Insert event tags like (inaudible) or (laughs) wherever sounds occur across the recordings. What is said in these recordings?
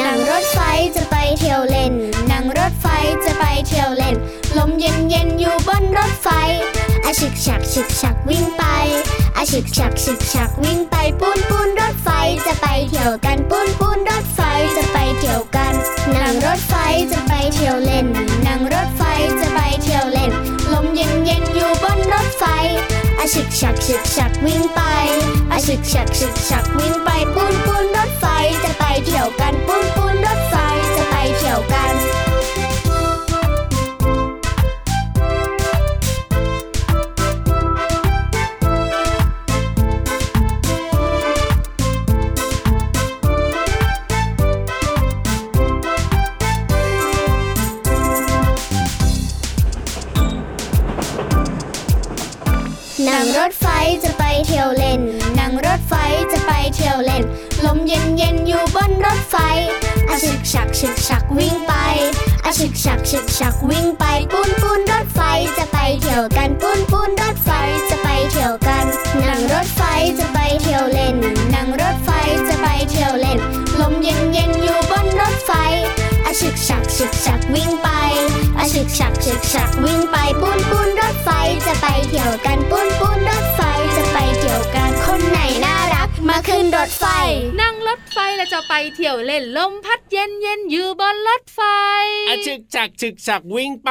นั่งรถไฟจะไปเที่ยวเล่น นั่งรถไฟจะไปเที่ยวเล่น ลมเย็นเย็นๆอยู่บนรถไฟอาชิกฉักฉิกฉักวิ่งไปอาชิกฉักฉิกฉักวิ่งไปปูนปูนรถไฟจะไปเที่ยวกันปูนปูนรถไฟจะไปเที่ยวกัน นั่งรถไฟจะไปเที่ยวเล่น นั่งรถไฟจะไปเที่ยวเล่น ลมเย็นเย็นๆอยู่บนรถไฟอาชิกฉักฉิกฉักวิ่งไปอาชิกฉักฉิกฉักวิ่งไปปูนปูนรถไฟจะไปเที่ยวกันปูนปูนรถไฟจะไปเที่ยวกัน นั่งรถไฟจะไปเที่ยวเล่น นั่งรถไฟจะไปเที่ยวเล่น ลมเย็นเย็นๆอยู่บนรถไฟอาชึกฉักชึกฉักวิ่งไปอาชึกฉักชึกฉักวิ่งไปปูนปูนรถไฟจะไปเที่ยวกันปูนปูนรถไฟจะไปเที่ยวกัน นั่งรถไฟจะไปเที่ยวเล่น นั่งรถไฟจะไปเที่ยวเล่น ลมเย็นเย็นๆอยู่บนรถไฟ อาชึกฉักฉึกฉักวิ่งไปอาชึกฉักฉึกฉักวิ่งไปปูนปูนรถไฟจะไปเที่ยวกันปูนปูนรถไฟจะไปเที่ยวกันคนไหนน่ารัก มาขึ้นรถไฟ นั่งรถไฟแล้วจะไปเที่ยวเล่นลมพัดเย็นเย็นๆอยู่บนรถไฟ อะฉึกฉักฉึกฉักวิ่งไป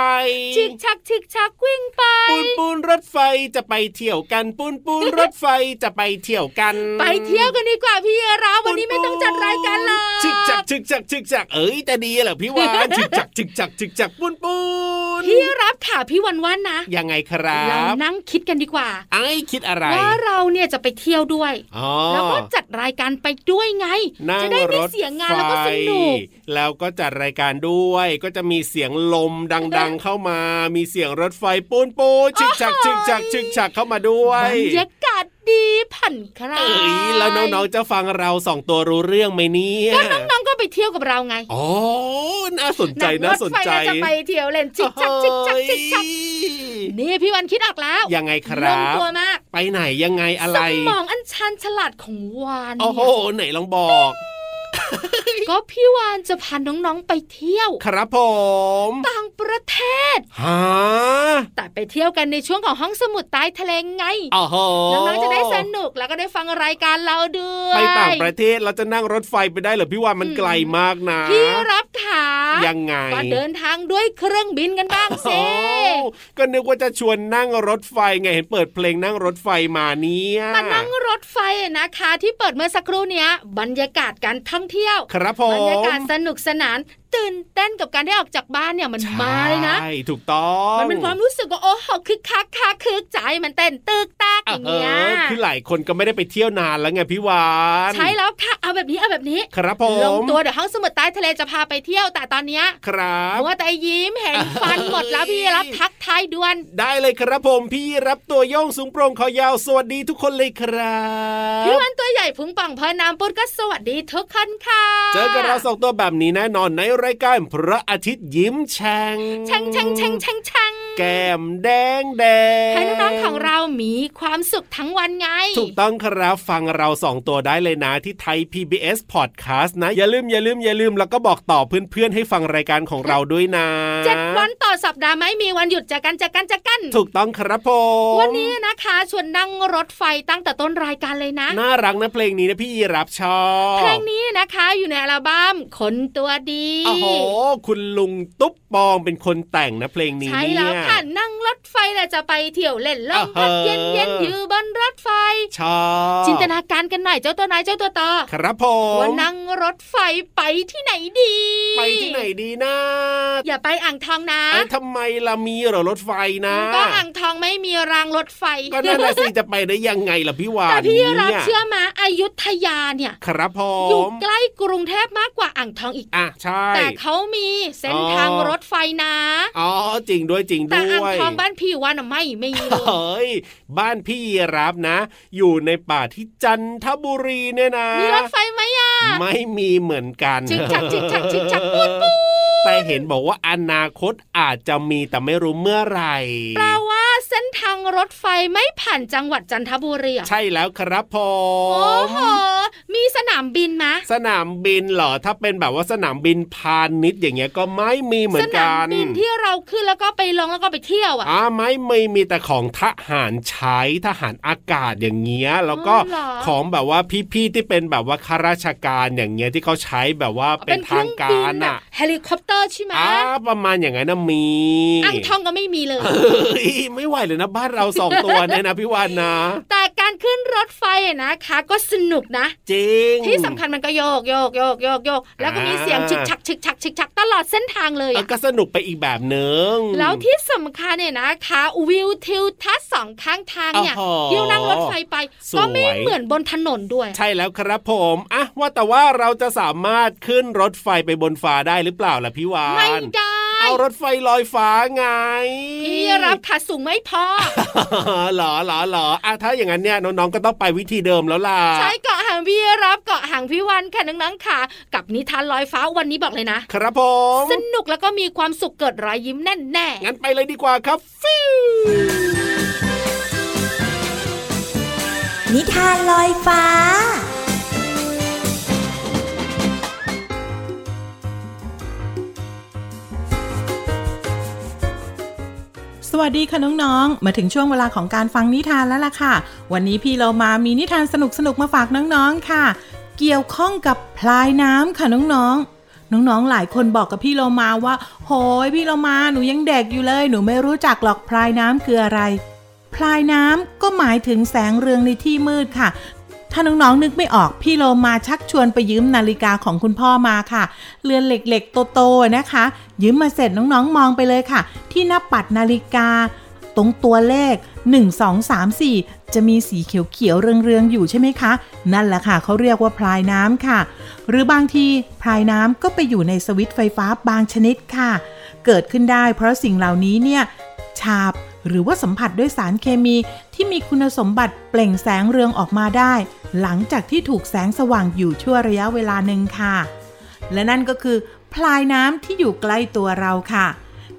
ชิกชักชิกชักวิ่งไป ปูนปูนรถไฟจะไปเที่ยวกันปูนปูนรถไฟจะไปเที่ยวกัน ไปเที่ยวกันดีกว่าพี่เราวันนี้ไม่ต้องจัดรายการหรอก ฉึกฉักฉึกฉักฉึกฉักเอ้ยแต่ดีเหรอพี่ (laughs) วานฉึกฉักฉึกฉักฉึกฉักปูนปูน พี่รับค่ะพี่วันวันนะ ยังไงครั เรา บ นั่งคิดกันดีกว่า ไอ้คิดอะไร ว่าเราเนี่ยจะไปเที่ยวด้วย อ๋อ แล้วก็จัดรายการไปด้วยไง นั่ง จะได้ ร ไม่ ถ เสียงานแล้วก็สนุก ไฟแล้วก็จัดรายการด้วย ก็จะมีเสียงลมดังๆ เข้ามา มีเสียงรถไฟปูนปูนชิกชักชิกชักชิกชักเข้ามาด้ว บร ย รยากาศดีผ่อนคลา เอ้ ย ยแล้วน้องๆจะฟังเราสองตัวรู้เรื่องไหมเนี่ย น้องๆก็ไปเที่ยวกับเราไง อ๋อน่าสนใจ ง น่าถรสน ไฟ ใจ แล้วจะไปเที่ยวเล่นชิกชักชิกชักชิกชักนี่พี่วันคิดออกแล้ว ยังไงค ล รั ง บ ตัวมาก ไปไหนยังไงอะไร สมองอันชันฉลาดของวาน โอ้โห เนี่ย ไหนลองบอก ก็พี่วานจะพาน้องๆไปเที่ยว ครับผม ต่างประเทศ ฮะ แต่ไปเที่ยวกันในช่วงของห้องสมุดใต้ทะเลไง โอ้โห น้องๆจะได้สนุกแล้วก็ได้ฟังรายการเราด้วย ไปต่างประเทศเราจะนั่งรถไฟไปได้เหรอพี่ว่ามัน อืม ไกลมากนะ พี่รับขา ยังไง ก็เดินทางด้วยเครื่องบินกันบ้าง โอ้ สิ ก็นึกว่าจะชวนนั่งรถไฟไงเห็นเปิดเพลงนั่งรถไฟมาเนี่ย มานั่งรถไฟอะนะคะที่เปิดเมื่อสักครู่เนี้ย บรรยากาศการท่องเที่ยว ครับผ บรรยาม กาศสนุกสนาน ตื่นเต้นกับการได้ออกจากบ้านเนี่ยมันมาเลยนะ ใช่ถูกต้อง มันเป็นความรู้สึกว่าโอ้โหคึกคักคักคึกใจมันเต้นตึกตัก อ อย่างเงี้ย อคือหลายคนก็ไม่ได้ไปเที่ยวนานแล้วไงพี่วาน ใช่แล้วค่ะเอาแบบนี้เอาแบบนี้ ครับผ ลง ม ตัวเดี๋ยวห้องสมุดใต้ทะเลจะพาไปเที่ยวแต่ตอนเนี้ย ครับ มัวแต่ยิ้มเห็นฟันหมดแล้วพี่ (laughs) รับทักทายด่วน ได้เลยครับผมพี่รับตัวโย่องสูงโปร่งคอยาวสวัสดีทุกคนเลยครับ พี่วันตัวใหญ่พุงป่องพอน้ำปุดก็สวัสดีทุกคนค่ะ เจอกับเราสองตัวแบบนี้แน่นอนในรายการพระอาทิตย์ยิ้มแฉ่ง แช่งแช่งแช่งแช่งแช่ง แก้มแดงแดง ให้น้องๆของเรามีความสุขทั้งวันไง ถูกต้องครับฟังเราสองตัวได้เลยนะที่ไทย PBS Podcast นะ อย่าลืมอย่าลืมอย่าลืมแล้วก็บอกต่อเพื่อนๆ ให้ฟังรายการของเราด้วยนะ เจ็ดวันต่อสัปดาห์ไม่มีวันหยุดจากกันจากกันจากกัน ถูกต้องครับผม วันนี้นะคะชวนนั่งรถไฟตั้งแต่ต้นรายการเลยนะ น่ารักนะเพลงนี้นะพี่ยีรับชอบ เพลงนี้นะคะอยู่ในอัลบั้มคนตัวดี โอ้โหคุณลุงตุ๊บปองเป็นคนแต่งนะเพลงนี้ ใช่ เนี่ย แล้วค่ะนั่งรถไฟแล้วจะไปเที่ยวเล่นลมพัด อ่าฮะ เย็นเย็นๆอยู่บนรถไฟ ชอบ จินตนาการกันหน่อยเจ้าตัวนายเจ้าตัวต่อ ครับผม ว่านั่งรถไฟไปที่ไหนดี ไปที่ไหนดีนะ อย่าไปอ่างทองนะ เอ้ยทำไมละมีเหรอรถไฟนะ ก็อ่างทองไม่มีรางรถไฟ ก็นั่นแหละสิจะไปได้ยังไงล่ะพี่วาน แต่พี่รับ นี่ย เชื่อมาอายุทยาเนี่ย ครับผ อยู่ ม ใกล้กรุงเทพมากกว่าอ่างทองอีก อ่ะใช่ แต่เขามีเส้นทาง อ๋อ รถไฟนะ อ๋อจริงด้วยจริง แต่ ด้ อ่าง วย ทองบ้านพี่วันอะไม่มีเลย เฮ้ยบ้านพี่ยีรับนะ อยู่ในป่าที่จันทบุรีเนี่ยนะ มีรถไฟไหมอ่ะ ไม่มีเหมือนกัน จิกจักจิกจักจิ (laughs) กจักปุ๊ดปุ๊ด แต่เห็นบอกว่าอนาคตอาจจะมีแต่ไม่รู้เมื่อไหร่ แปลว่าเส้นทางรถไฟไม่ผ่านจังหวัดจันทบุรีเหรอ ใช่แล้วครับผ โอ้ ม โห มีสนามบินมะ สนามบินเหรอ ถ้าเป็นแบบว่าสนามบินพาณิชย์อย่างเงี้ยก็ไม่มีเหมื ส อน นาม กัน บินที่เราขึ้นแล้วก็ไปลงแล้วก็ไปเที่ยวอ่ะ อ่าไม่ไม่มีแต่ของทหารใช้ทหารอากาศอย่างเงี้ย แล้วก็ อ๋อเหรอ ของแบบว่าพี่ๆที่เป็นแบบว่าข้าราชการอย่างเงี้ยที่เขาใช้แบบว่าเป็นทางการ อะ อ่ะ เฮลิคอปเตอร์ใช่ไหม อ่าประมาณอย่างนั้นนะมี อ่างทองก็ไม่มีเลย เอ้ยไม่ไหวเลยนะบ้านเราสองตัวเนี่ยนะพี่วานนะ แต่การขึ้นรถไฟอะนะคะ ก็สนุกนะ จริง ที่สำคัญมันก็โยกโยกโยกโยกโยก แล้วก็มีเสียง อ่า ชิกชักชิกชักชิกชักตลอดเส้นทางเลย เออ อะ ก็สนุกไปอีกแบบหนึ่ง แล้วที่สำคัญเนี่ยนะคะวิวทิวทัศน์สองข้างทางเนี่ย อ๋อ ที่เรานั่งรถไฟไป สวย ก็ไม่เหมือนบนถนนด้วย ใช่แล้วครับผมอ่ะว่าแต่ว่าเราจะสามารถขึ้นรถไฟไปบนฟ้าได้หรือเปล่าล่ะพี่วาน ไม่ได้ เอารถไฟลอยฟ้าไง พี่รับขาสูงไม่พอ หรอหรอหรออ่ะถ้าอย่างนั้นเนี่ยน้องๆก็ต้องไปวิธีเดิมแล้วล่ะ ใช้เกาะหางพี่รับเกาะหางพี่วันค่ะน้องๆค่ะ กับนิทานลอยฟ้าวันนี้บอกเลยนะ ครับผม สนุกแล้วก็มีความสุขเกิดรอยยิ้มแน่แน่ๆ งั้นไปเลยดีกว่าครับฟิว นิทานลอยฟ้า สวัสดีค่ะน้องๆ มาถึงช่วงเวลาของการฟังนิทานแล้วล่ะค่ะ วันนี้พี่เรามามีนิทานสนุกๆ มาฝากน้องๆ ค่ะ เกี่ยวข้องกับพลายน้ำค่ะน้องๆ น้องๆ หลายคนบอกกับพี่เรามาว่า โหยพี่เรามาหนูยังเด็กอยู่เลย หนูไม่รู้จักหรอกพลายน้ำคืออะไร พลายน้ำก็หมายถึงแสงเรืองในที่มืดค่ะ ถ้าน้องๆ นึกไม่ออกพี่โลมาชักชวนไปยืมนาฬิกาของคุณพ่อมาค่ะ เรือนเหล็กๆ โตๆ นะคะ ยืมมาเสร็จน้องๆ มองไปเลยค่ะ ที่หน้าปัดนาฬิกา ตรงตัวเลข 1 2 3 4 จะมีสีเขียวๆ เรืองๆ อยู่ใช่ไหมคะ นั่นแหละค่ะเขาเรียกว่าพลายน้ำค่ะ หรือบางทีพลายน้ำก็ไปอยู่ในสวิตช์ไฟฟ้าบางชนิดค่ะ เกิดขึ้นได้เพราะสิ่งเหล่านี้เนี่ย ฉาบหรือว่าสัมผัสด้วยสารเคมีที่มีคุณสมบัติเปล่งแสงเรืองออกมาได้ หลังจากที่ถูกแสงสว่างอยู่ชั่วระยะเวลาหนึ่งค่ะ และนั่นก็คือ พลายน้ำที่อยู่ใกล้ตัวเราค่ะ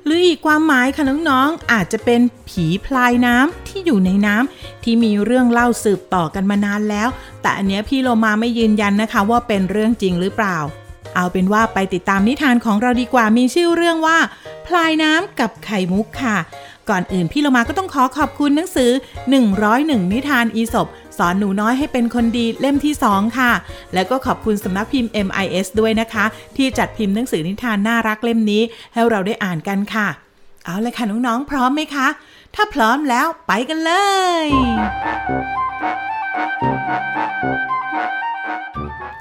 หรืออีกความหมายค่ะน้องๆอาจจะเป็นผีพลายน้ำที่อยู่ในน้ำที่มีเรื่องเล่าสืบต่อกันมานานแล้ว แต่อันเนี้ยพี่โลมาไม่ยืนยันนะคะ ว่าเป็นเรื่องจริงหรือเปล่า เอาเป็นว่าไปติดตามนิทานของเราดีกว่ามีชื่อเรื่องว่า พลายน้ำกับไข่มุกค่ะ ก่อนอื่นพี่โลมาก็ต้องขอขอบคุณหนังสือ 101 นิทานอีสบสอนหนูน้อยให้เป็นคนดีเล่มที่ 2 ค่ะ แล้วก็ขอบคุณสำนักพิมพ์ MIS ด้วยนะคะ ที่จัดพิมพ์หนังสือนิทานน่ารักเล่มนี้ ให้เราได้อ่านกันค่ะ เอาเลยค่ะน้องๆพร้อมไหมคะ ถ้าพร้อมแล้วไปกันเลย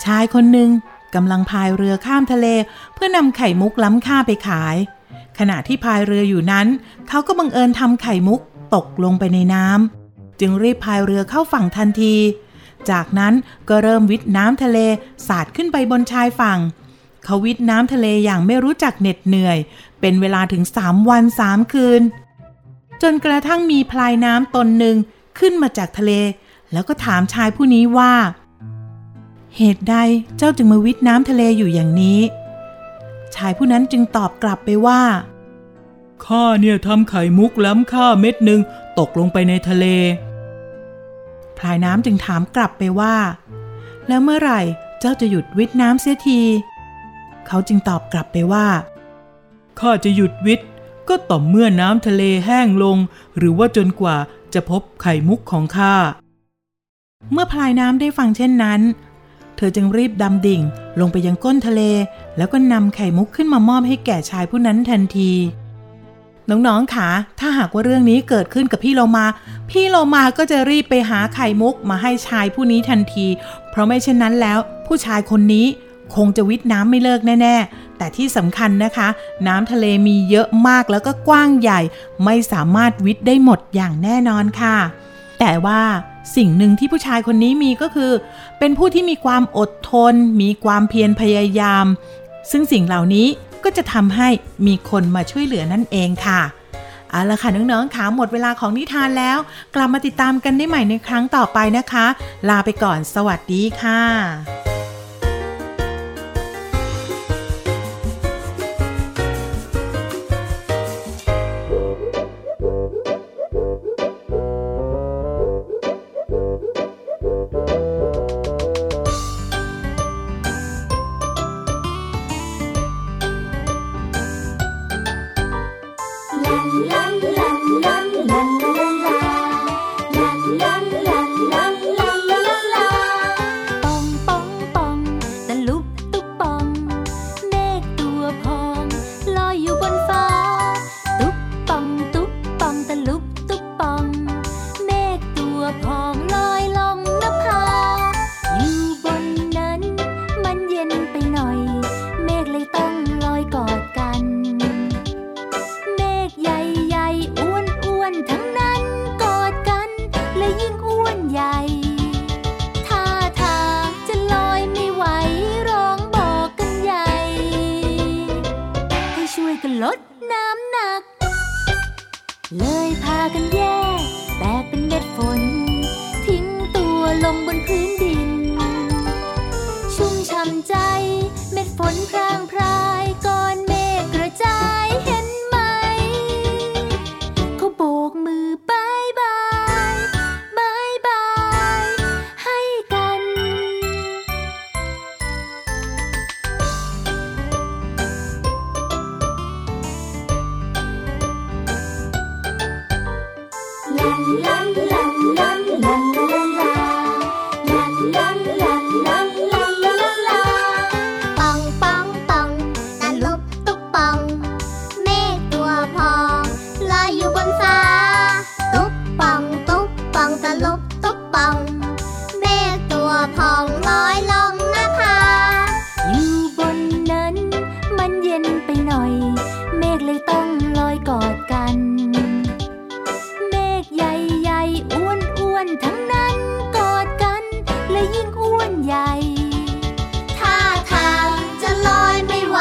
ชายคนหนึ่งกำลังพายเรือข้ามทะเล เพื่อนำไข่มุกล้ำค่าไปขาย ขณะที่พายเรืออยู่นั้น เขาก็บังเอิญทำไข่มุกตกลงไปในน้ำจึงรีบพายเรือเข้าฝั่งทันที จากนั้นก็เริ่มวิทน้ำทะเลสาดขึ้นไปบนชายฝั่ง เขาวิทน้ำทะเลอย่างไม่รู้จักเหน็ดเหนื่อย เป็นเวลาถึง 3 วัน 3 คืน จนกระทั่งมีพลายน้ำตนหนึ่งขึ้นมาจากทะเล แล้วก็ถามชายผู้นี้ว่า เหตุใดเจ้าจึงมาวิทย์น้ำทะเลอยู่อย่างนี้ ชายผู้นั้นจึงตอบกลับไปว่า ข้าเนี่ยทำไข่มุกล้ำค่าเม็ดหนึ่งตกลงไปในทะเล พลายน้ำจึงถามกลับไปว่า แล้วเมื่อไหร่เจ้าจะหยุดวิทย์น้ำเสียที เขาจึงตอบกลับไปว่าข้าจะหยุดวิทย์ก็ต่อเมื่อน้ำทะเลแห้งลง หรือว่าจนกว่าจะพบไข่มุกของข้า เมื่อพลายน้ำได้ฟังเช่นนั้น เธอจึงรีบดำดิ่งลงไปยังก้นทะเล แล้วก็นำไข่มุกขึ้นมามอบให้แก่ชายผู้นั้นทันที น้องๆค่ะถ้าหากว่าเรื่องนี้เกิดขึ้นกับพี่โลมา พี่โลมาก็จะรีบไปหาไข่มุกมาให้ชายผู้นี้ทันที เพราะไม่เช่นนั้นแล้ว ผู้ชายคนนี้คงจะวิทย์น้ำไม่เลิกแน่ๆ แต่ที่สำคัญนะคะ น้ำทะเลมีเยอะมากแล้วก็กว้างใหญ่ ไม่สามารถวิทย์ได้หมดอย่างแน่นอนค่ะ แต่ว่าสิ่งหนึ่งที่ผู้ชายคนนี้มีก็คือ เป็นผู้ที่มีความอดทน มีความเพียรพยายาม ซึ่งสิ่งเหล่านี้ก็จะทำให้มีคนมาช่วยเหลือนั่นเองค่ะ เอาละค่ะน้องๆค่ะหมดเวลาของนิทานแล้ว กลับมาติดตามกันได้ใหม่ในครั้งต่อไปนะคะ ลาไปก่อนสวัสดีค่ะ ปองป่องป่องตะลุบตุบป่องเมฆตัวพองลอยอยู่บนฟ้า ตุบป่องตุบป่องตะลุบตุบป่องเมฆตัวพองลอยลงนภาอยู่บนนั้น มันเย็นไปหน่อย เมฆเลยต้องลอยกอดกัน เมฆใหญ่ๆอ้วนอ้วนๆทั้งนั้นกอดกัน และยิ่งอ้วนใหญ่ ท่าทางจะลอยไม่ไหวร้องบอกกันใหญ่ ให้ช่วยกันลดน้ำหนัก เลยพากันแยกแตกเป็นเม็ดฝน ทิ้งตัวลงบนพื้นดิน ชุ่มช่ำใจเม็ดฝนพรางพรายก้อนเมฆกระจายเห็นไหม เขาโบกมือบายบายบายบาย ให้กัน ปองปองปองตะลุบตุกปอง เมฆตัวพองลอยอยู่บนฟ้า ตุกปองตุกปองตะลุบตุกปอง เมฆตัวพองลอยลงหน้าผา อยู่บนนั้น มันเย็นไปหน่อย เมฆเลยต้องลอยกอดกัน เมฆใหญ่ๆอ้วนอ้วนๆทั้งนั้นกอดกัน และยิ่งอ้วนใหญ่ ท่าทางจะลอยไม่ไหว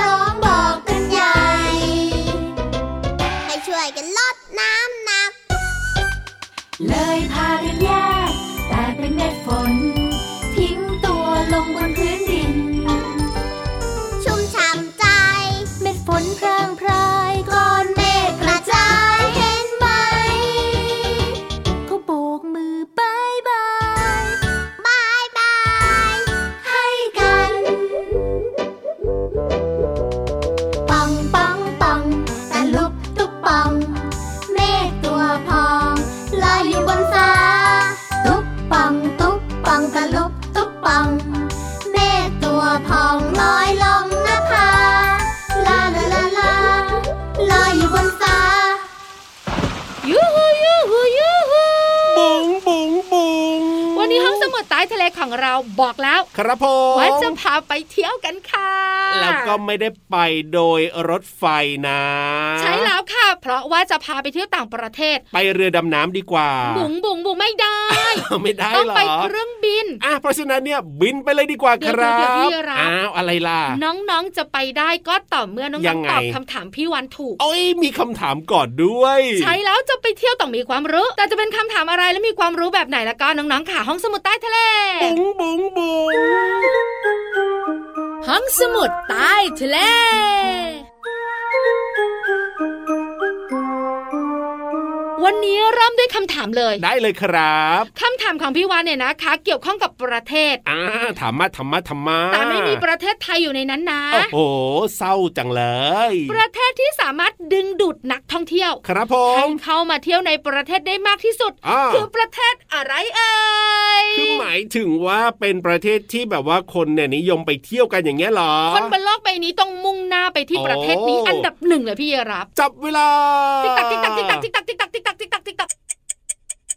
ร้องบอกกันใหญ่ ให้ช่วยกันลดน้ำหนัก เลยพากันแยกแต่เป็นเม็ดฝน ทิ้งตัวลงบนพื้นดิน ชุ่มช่ำใจ เม็ดฝนพรางพรายก้อนเมฆกระจายเห็นไหม เขาโบกมือบายบายบายบาย ให้กัน ปองปองปองตะลุบตุกปอง เมฆตัวพองลอยอยู่บนฟ้า ตุกปองตุกปองตะลุบตุกปอง เมฆตัวพองลอยลงนภาลาลาลาลาลอยอยู่บนฟ้า ยูฮูยูฮูยูฮู บุ๋งบุ๋งบุ๋ง วันนี้ห้องสมุดใต้ทะเลของเราบอกแล้ว ครับผม ว่าจะพาไปเที่ยวกันค่ะ แล้วก็ไม่ได้ไปโดยรถไฟนะ ใช่แล้วค่ะ เพราะว่าจะพาไปเที่ยวต่างประเทศ ไปเรือดำน้ำดีกว่า บุ๋งบุ๋งบุ๋งไม่ได้ (laughs) ไม่ได้ ต้อง เหร ไป อ เครื่องบิน อ่ะเพราะฉะนั้นเนี่ยบินไปเลยดีกว่า เดี๋ ค ยว รั เดี๋ยวเดี๋ยวบพี่รับ อ้าวอะไรล่ะ น้องๆจะไปได้ก็ต่อเมื่อน้ ยั อง งไง ๆตอบคำถามพี่วันถูก โอ้ยมีคำถามก่อนด้วย ใช่แล้วจะไปเที่ยวต้องมีความรู้ แต่จะเป็นคำถามอะไรและมีความรู้แบบไหนแล้วก็น้องๆค่ะห้องสมุดใต้ทะเล บุ๋งบุ๋งบุ๋ง ห้องสมุดใต้ทะเล วันนี้เริ่มด้วยคำถามเลย ได้เลยครับ คำถามของพี่วานเนี่ยนะคะ เกี่ยวข้องกับประเทศ อ่าถามมาถามมาถามมา แต่ไม่มีประเทศไทยอยู่ในนั้นนะ โอ้โหเศร้าจังเลย ประเทศที่สามารถดึงดูดนักท่องเที่ยว ครับผ ให้ ม เข้ามาเที่ยวในประเทศได้มากที่สุด อ่า คือประเทศอะไรเอ่ย คือหมายถึงว่าเป็นประเทศที่แบบว่าคนเนี่ยนิยมไปเที่ยวกันอย่างเงี้ยเหรอ คนบนโลกใบนี้ต้องมุ่งหน้าไปที่ โอ้ ประเทศนี้อันดับหนึ่งเลยพี่เยรับ จับเวลา ติ๊กตักติ๊กตักติ๊กตักติ๊กตักติ๊กตักติ๊กตักติ๊กตักติ๊ก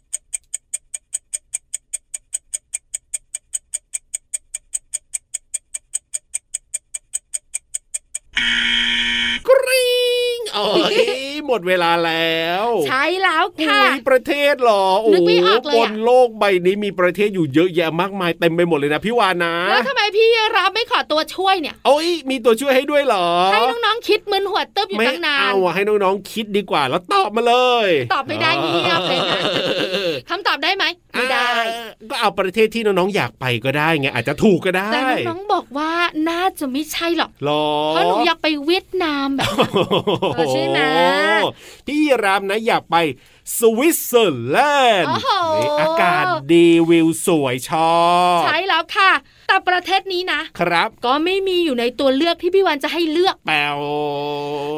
ตัก กริ๊งโอ้ย หมดเวลาแล้ว ใช่แล้วค่ะ อุ๊ยประเทศเหรอโอ้ นึก โห ไม่ออกเลย บ อะ นโลกใบนี้มีประเทศอยู่เยอะแยะมากมายเต็มไปหมดเลยนะพี่วานนะ แล้วทำไมพี่รับไม่ขอตัวช่วยเนี่ย โอ้ยมีตัวช่วยให้ด้วยเหรอ ให้น้องๆคิดมึนหัวตึ๊บอยู่ ไม่ ตั้งนาน เอาอะให้น้องๆคิดดีกว่า แล้วตอบมาเลย ตอบไม่ได้เงียบเลยนะ คำตอบได้ไหมไม่ได้ อ่าก็เอาประเทศที่น้องๆอยากไปก็ได้ไงอาจจะถูกก็ได้ แต่น้องๆบอกว่าน่าจะไม่ใช่หรอก หรอ เพราะหนูอยากไปเวียดนามแบบนั้น เออใช่ไหม พี่รามนะอยากไปสวิตเซอร์แลนด์ โอ้โห นี่อากาศดีวิวสวยชอบ ใช่แล้วค่ะ แต่ประเทศนี้นะ ครับ ก็ไม่มีอยู่ในตัวเลือกที่พี่วันจะให้เลือก แปว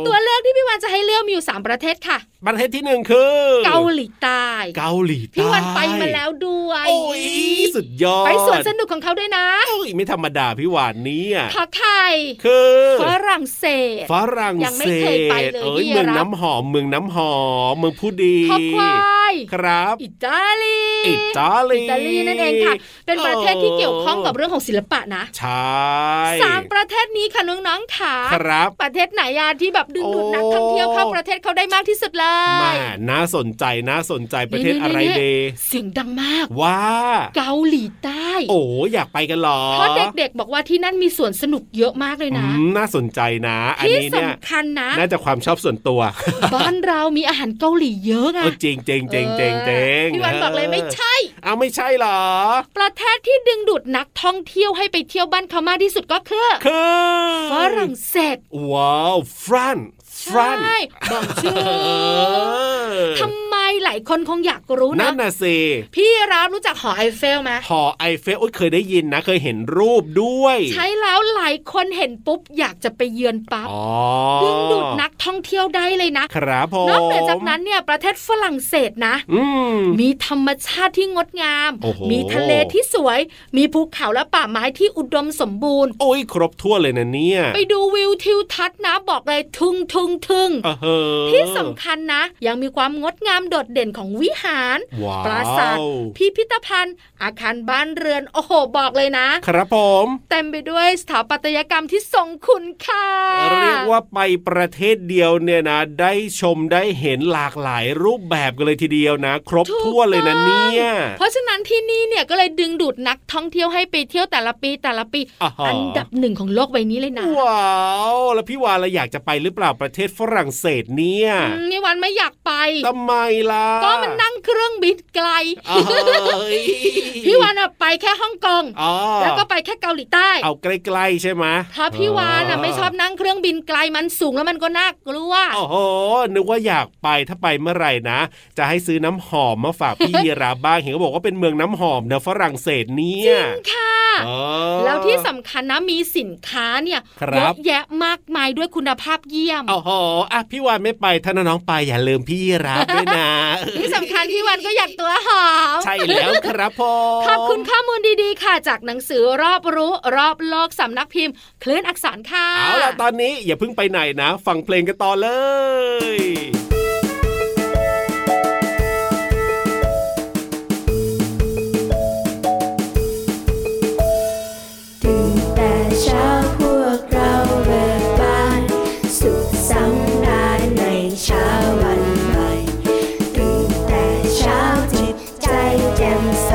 ตัวเลือกที่พี่วันจะให้เลือกมีอยู่สามประเทศค่ะ ประเทศที่หนึ่งคือ เกาหลีใต้ เกาหลีใต้ พี่วันไปมาแล้วด้วย โอ้ยสุดยอด ไปสวนสนุกของเขาด้วยนะ โอ้ยไม่ธรรมดาพี่หวานเนี่ย ขอไข่ คือ ฝรั่งเศส ฝรั่ง ยังไม่ เศ เคย ส ไปเลย เอ้ย พี่ เมือง รับ น้ำหอมเมืองน้ำหอมเมืองผู้ดี ขอควาย ครับ อิตาลี อิตาลี อิตาลีนั่นเองค่ะ เป็นประเทศที่เกี่ยวข้องกับเรื่องของศิลปะนะ ใช่ สามประเทศนี้ค่ะน้องๆค่ะ ครับ ประเทศไหนอะที่แบบดึงดูดนักท่องเที่ยวเข้าประเทศเขาได้มากที่สุดเล แม่ ย น่าสนใจน่าสนใจประเทศอะไร นี่ๆๆ เด เสียงดังมาก ว่า เกาหลีใต้ โอ้อยากไปกันเหรอ เพราะเด็กๆบอกว่าที่นั่นมีสวนสนุกเยอะมากเลยนะ อืมน่าสนใจนะ อัน ที่ นี้เนี่ย สำคัญนะ น่าจะความชอบส่วน (laughs) ตัว บ้านเรามีอาหารเกาหลีเยอะ เอ ไง อจริงเจริงเจริงเจริงเจริง พี่วันบอกเลยไม่ใช่ เอาไม่ใช่เหรอ ประเทศที่ดึงดูดนักท่องเที่ยวให้ไปเที่ยวบ้านเขามากที่สุดก็คือ คือ ฝรั่งเศส ว้าวฟรันฟรัน ใช่บอกชื่อ เออ ทำไมหลายคนคงอยากรู้ นั่ นะ นน่ะสิ พี่รับรู้จักหอไอเฟลไหม หอไอเฟลโอ๊ยเคยได้ยินนะ เคยเห็นรูปด้วย ใช้แล้วหลายคนเห็นปุ๊บอยากจะไปเยือนปั๊บ อ๋อ ดึงดูดนักท่องเที่ยวได้เลยนะครับ ผม นอกเหนือจากนั้นเนี่ยประเทศฝรั่งเศสนะ อืม มีธรรมชาติที่งดงาม โอ้โห มีทะเลที่สวย มีภูเขาและป่าไม้ที่อุดมสมบูรณ์ โอ้ยครบทั่วนเลยนะเนี่ย ไปดูวิวทิวทัศน์นะบอกเลยทึงทึงทึง เออเหอะ ที่สำคัญนะ ยังมีความงดงามโดดเด่นของวิหาร ว้าว ปราสาทพิพิธภัณฑ์ อาคารบ้านเรือน โอ้โห บอกเลยนะ ครับผม เต็มไปด้วยสถาปัตยกรรมที่ทรงคุณค่า เรียกว่าไปประเทศเดียวเนี่ยนะ ได้ชมได้เห็นหลากหลายรูปแบบกันเลยทีเดียวนะ ครบ ถูก ทั่วนเลยนะเนี่ต้ยองเพราะฉะนั้นที่นี่เนี่ยก็เลยดึงดูดนักท่องเที่ยวให้ไปเที่ยวแต่ละปีแต่ละปี อ่าฮะ นดับหนึ่งของโลกใบนี้เลยนะ ว้าวแล้วพี่วานเราอยากจะไปหรือเปล่าประเทศฝรั่งเศสเนี่ย อืมนี่วันไม่อยากไป ทำไมล่ะ ก็มันนั่งเครื่องบินไกล เอ้ย พี่วันอะไปแค่ฮ่องกง อ๋อ แล้วก็ไปแค่เกาหลีใต้ เอาใกล้ๆใช่ไหม เพราะพี่วานอะไม่ชอบนั่งเครื่องบินไกลมันสูงแล้วมันก็น่ากลัว โอ้โห นึกว่าอยากไปถ้าไปเมื่อไหร่นะ จะให้ซื้อน้ำหอมมาฝากพี่ ยีราฟบ้าง เห็นเขาบอกว่าเป็นเมืองน้ำหอมเนอะฝรั่งเศสเนี่ย ค่ะ เออ แล้วที่สำคัญนะมีสินค้าเนี่ย ครัเยบอะแยะมากมายด้วยคุณภาพเยี่ยม โอ้โหอ่ะพี่วานไม่ไปถ้าน้องๆไปอย่าลืมพี่ยีราฟด้วยนะ ที่สำคัญพี่วันก็อยากตัวหอม ใช่แล้วครับพ่อ ขอบคุณข้อมูลดีๆ ค่ะ จากหนังสือรอบรู้รอบโลกสำนักพิมพ์ เคลื่อนอักษรค่ะ เอาล่ะตอนนี้อย่าเพิ่งไปไหนนะ ฟังเพลงกันต่อเลย แต่เช้าพวกเราเบิกบาน สุขสำราญในเช้าวันใหม่ตื่นแต่เช้าจิตใจแจ่มใส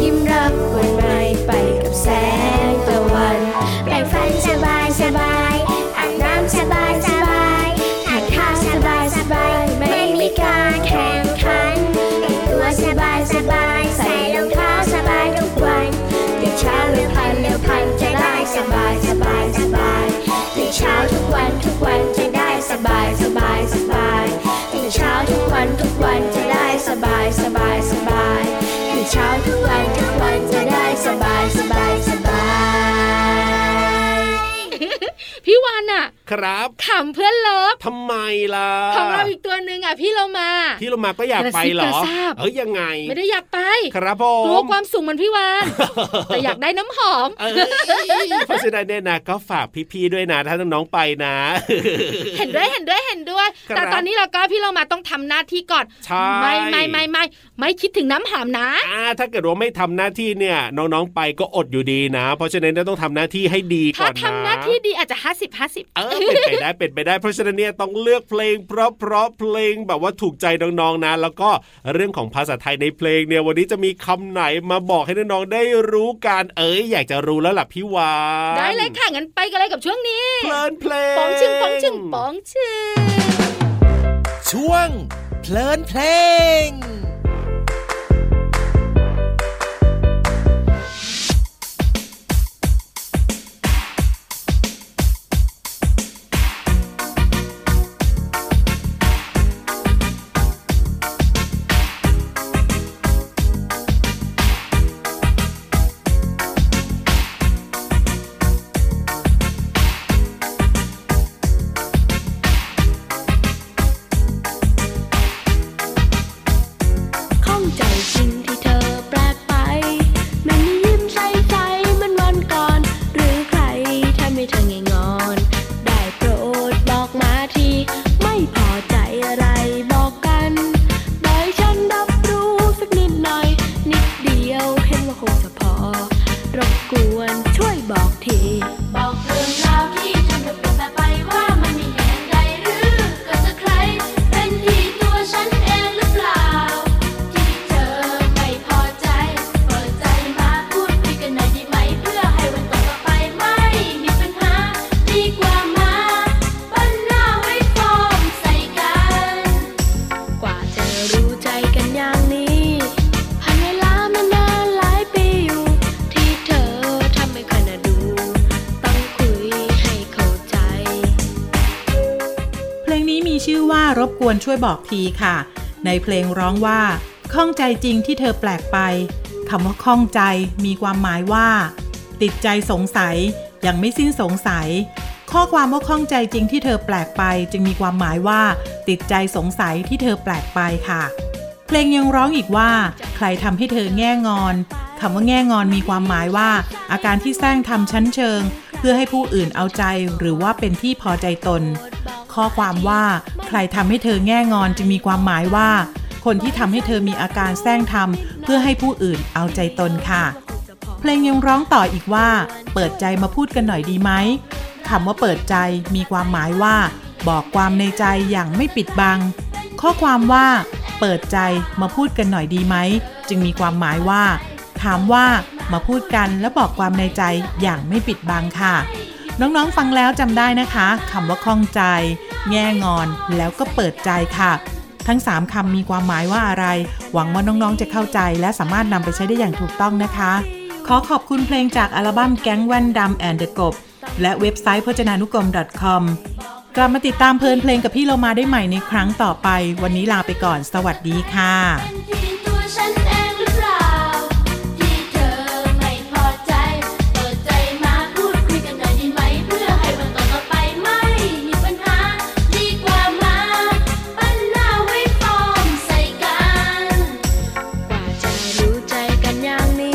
ยิ้มรับวันใหม่ไปกับแสงตะวันแปรงฟันสบายสบายอาบน้ำสบายสบายทานข้าวสบายสบายไม่มีการแข่งขันแต่งตัวสบายสบายใส่รองเท้าสบายทุกวัน ตื่นเช้าเร็วพันเร็วพันจะได้สบายสบายสบายตื่นเช้าทุกวันทุกวันจะได้สบายสบายสบายตื่นเช้าทุกวันทุกวันจะได้สบายสบายสบายตื่นเช้าทุกวันทุกวันจะได้สบายสบายสบาย พี่วันอะ ครับ ขำเพื่อนเลิฟ ทำไมล่ะ ของเราอีกตัวหนึ่ง อ่ะพี่เรามา พี่เรามาก็อยากไปเหร กระ อ ซิบกระซาบ เอ้ยยังไง ไม่ได้อยากไป ครับผ ก ม ลัวความสูงเหมือนพี่วาน แต่อยากได้น้ำหอม เอ้ยเพราะฉะนั้นเนี่ยนะก็ฝากพี่ๆด้วยนะถ้าน้องๆไปนะ (laughs) เห็นด้วยเห็นด้วยเห็นด้วย ครับ แต่ตอนนี้เราก็พี่เรามาต้องทำหน้าที่ก่อน ใช่ ไม่ไม่ไม่ไม่ไม่คิดถึงน้ำหอมนะ อ่าถ้าเกิดว่าไม่ทำหน้าที่เนี่ย น้องๆไปก็อดอยู่ดีนะ เพราะฉะนั้นเนี่ยต้องทำหน้าที่ให้ดีก่ ถ้า อนนะ ทำหน้าที่ดีอาจจะ 50 50 เออเป็นไปได้เป็นไปได้ เพราะฉะนั้นเนี่ยต้องเลือกเพลง เพราะเพราะเพลงแบบว่าถูกใจน้องๆนะ แล้วก็เรื่องของภาษาไทยในเพลงเนี่ยวันนี้จะมีคำไหนมาบอกให้น้องๆได้รู้กันเอ้ยอยากจะรู้แล้วล่ะพี่วาน ได้เลยค่ะงั้นไปกันเลยกับช่วงนี้ เพลินเพลง ป๋องชึงป๋องชึงป๋องชึง ช่วงเพลินเพลง ข้องใจจริงที่เธอแปลกไป มันไม่ยิ้มใส่ใจเหมันวันก่อน หรือใครทำให้เธอไงงอน ได้โปรดบอกมาที ไม่พอใจอะไรบอกกันโดยฉันรับรู้สักนิดหน่อย นิดเดียวเห็นว่าคงจะพอ รบกวนช่วยบอกที บอกเรื่องราวที่ทำเธอเป็นแต่ไปว่ามันมีเหตุใดหรือเกิดจากใคร เป็นที่ตัวฉันเองหรือเปล่า ที่เธอไม่พอใจ เปิดใจมาพูดคุยกันหน่อยได้ไหม เพื่อให้วันต่อไปไม่มีปัญหา ดีกว่ามาปัญหาไว้ฟ้องใส่กัน กว่าจะรู้ใจกันอย่างนี้ ผ่านเวลามานานหลายปีอยู่ ที่เธอทำให้ค่อยน่าดู ต้องคุยให้เข้าใจ เพลงนี้มีชื่อว่ารบกวนช่วยบอกทีค่ะ ในเพลงร้องว่าข้องใจจริงที่เธอแปลกไปคำว่าข้องใจมีความหมายว่า ติดใจสงสัย ยังไม่สิ้นสงสัย ข้อความว่าข้องใจจริงที่เธอแปลกไป จึงมีความหมายว่า ติดใจสงสัยที่เธอแปลกไปค่ะ เพลงยังร้องอีกว่า ใครทำให้เธอแง่งอนคำว่าแง่งอนมีความหมายว่า อาการที่แสร้งทำชั้นเชิง เพื่อให้ผู้อื่นเอาใจหรือว่าเป็นที่พอใจตน ข้อความว่า ใครทำให้เธอแง่งอนจะมีความหมายว่า คนที่ทำให้เธอมีอาการแสร้งทำเพื่อให้ผู้อื่นเอาใจตนค่ะ เพลงยังร้องต่ออีกว่า เปิดใจมาพูดกันหน่อยดีไหมคำว่าเปิดใจมีความหมายว่า บอกความในใจอย่างไม่ปิดบัง ข้อความว่า เปิดใจมาพูดกันหน่อยดีไหม จึงมีความหมายว่า ถามว่ามาพูดกันและบอกความในใจอย่างไม่ปิดบังค่ะ น้องๆฟังแล้วจำได้นะคะคำว่าข้องใจ แง่งอนแล้วก็เปิดใจค่ะ ทั้ง 3คำมีความหมายว่าอะไร หวังว่าน้องๆจะเข้าใจและสามารถนำไปใช้ได้อย่างถูกต้องนะคะ ขอขอบคุณเพลงจากอัลบั้มแก๊งแว่นดำแอนเดอะกบ และเว็บไซต์พจนานุกรม .com กลับมาติดตามเพลินเพลงกับพี่เรามาได้ใหม่ในครั้งต่อไป วันนี้ลาไปก่อน สวัสดีค่ะ ที่ตัวฉันเองหรือเปล่า ที่เธอไม่พอใจ เปิดใจมาพูดคุยกันหน่อยได้ไหม เพื่อให้วันต่อต่อไปไม่มีปัญหา ดีกว่ามาปัญหาไว้ฟ้องใส่กัน กว่าจะรู้ใจกันอย่างนี้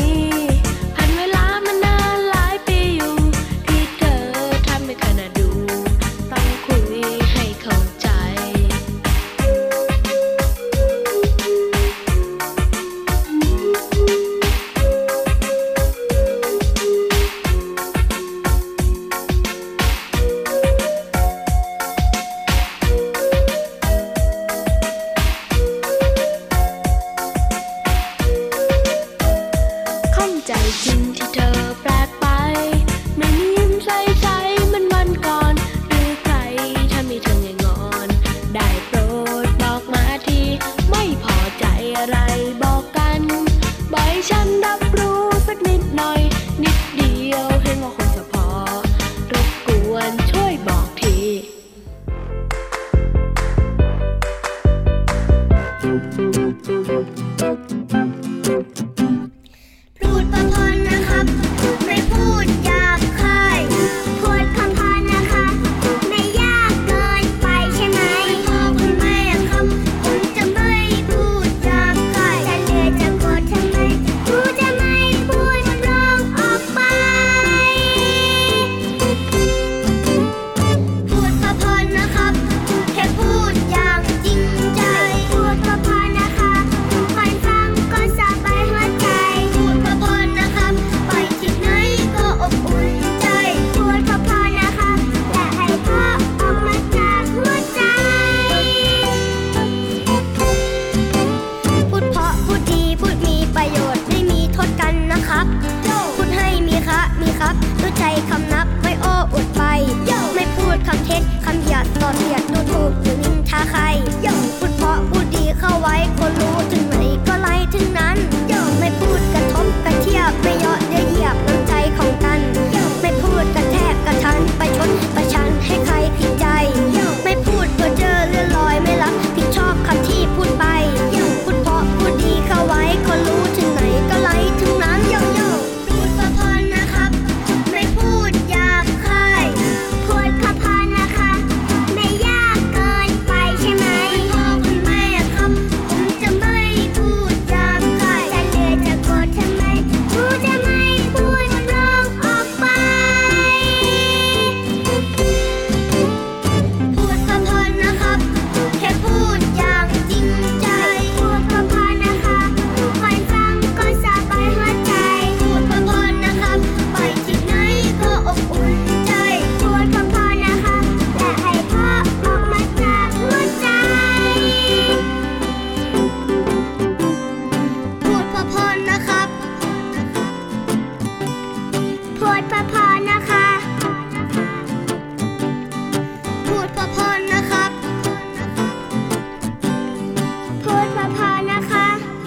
ผ่านเวลามานานหลายปีอยู่ ที่เธอทำให้ขนาดดู ต้องคุยให้เข้าใจ ข้องใจจริงที่เธอแปลกไป ไม่มียิ้มใส่ใจเหมันวันก่อน หรือใครทำให้เธอไงงอน ได้โปรดบอกมาที ไม่พอใจอะไรบอกกันบอยฉันรับรู้สักนิดหน่อย นิดเดียวเห็นว่าคงจะพอ รบกวนช่วยบอกที พูดพอพอนะครับ ไม่พูดหยาบคายพูดพอพอนะคะ ไม่ยากเกินไปใช่ไหมขอบคุณแม่ครับ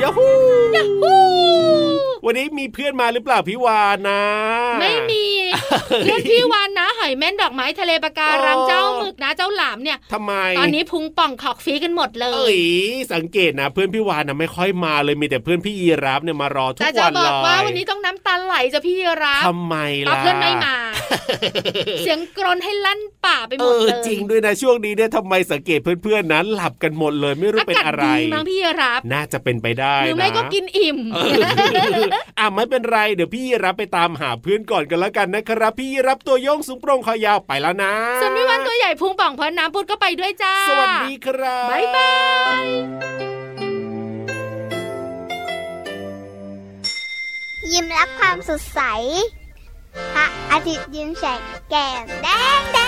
ยะฮู วันนี้มีเพื่อนมาหรือเปล่าพี่วานนะ ไม่มีเรื่องพี่วันนะหอยเม่นดอกไม้ทะเลปะการัง อ๋อ เจ้าหมึกนะเจ้าหลามเนี่ย ทำไม ตอนนี้พุงป่องขอกฟีกันหมดเล เอ้ ย ยสังเกตนะเพื่อนพี่วานนะไม่ค่อยมาเลยมีแต่เพื่อนพี่ยีรับเนี่ยมารอทุก แต่ วันเลย จะบอกว่าวันนี้ต้องน้ำตาไหลจะพี่รับ ทำไม รั ล่ะ บเพื่อนไม่มา (laughs) เสียงกรนให้ลั่นป่าไปหมเอด อ เลย จริงด้วยนะช่วงนี้เนี่ยทำไมสังเกตเพื่อนๆนะหลับกันหมดเลยไม่รู้ อา เป็น กาศ อะไร ดีมั้งพี่รับ น่าจะเป็นไปได้ หรือไม่ นะ ก็กินอิ่ม เอออ่ะไม่เป็นไรเดี๋ยวพี่ยีรับไปตามหาเพื่อนก่อนกันแล้วกันนะครับ พี่ยีรับตัวโยงสูงโปร่งคอยาวไปแล้วนะ ส่วนพี่วันตัวใหญ่พุงป่องพอน้ำพุดก็ไปด้วยจ้า สวัสดีครับ บายบาย ยิ้มรับความสดใส พระอาทิตย์ยิ้มแฉกแก้มแดงแด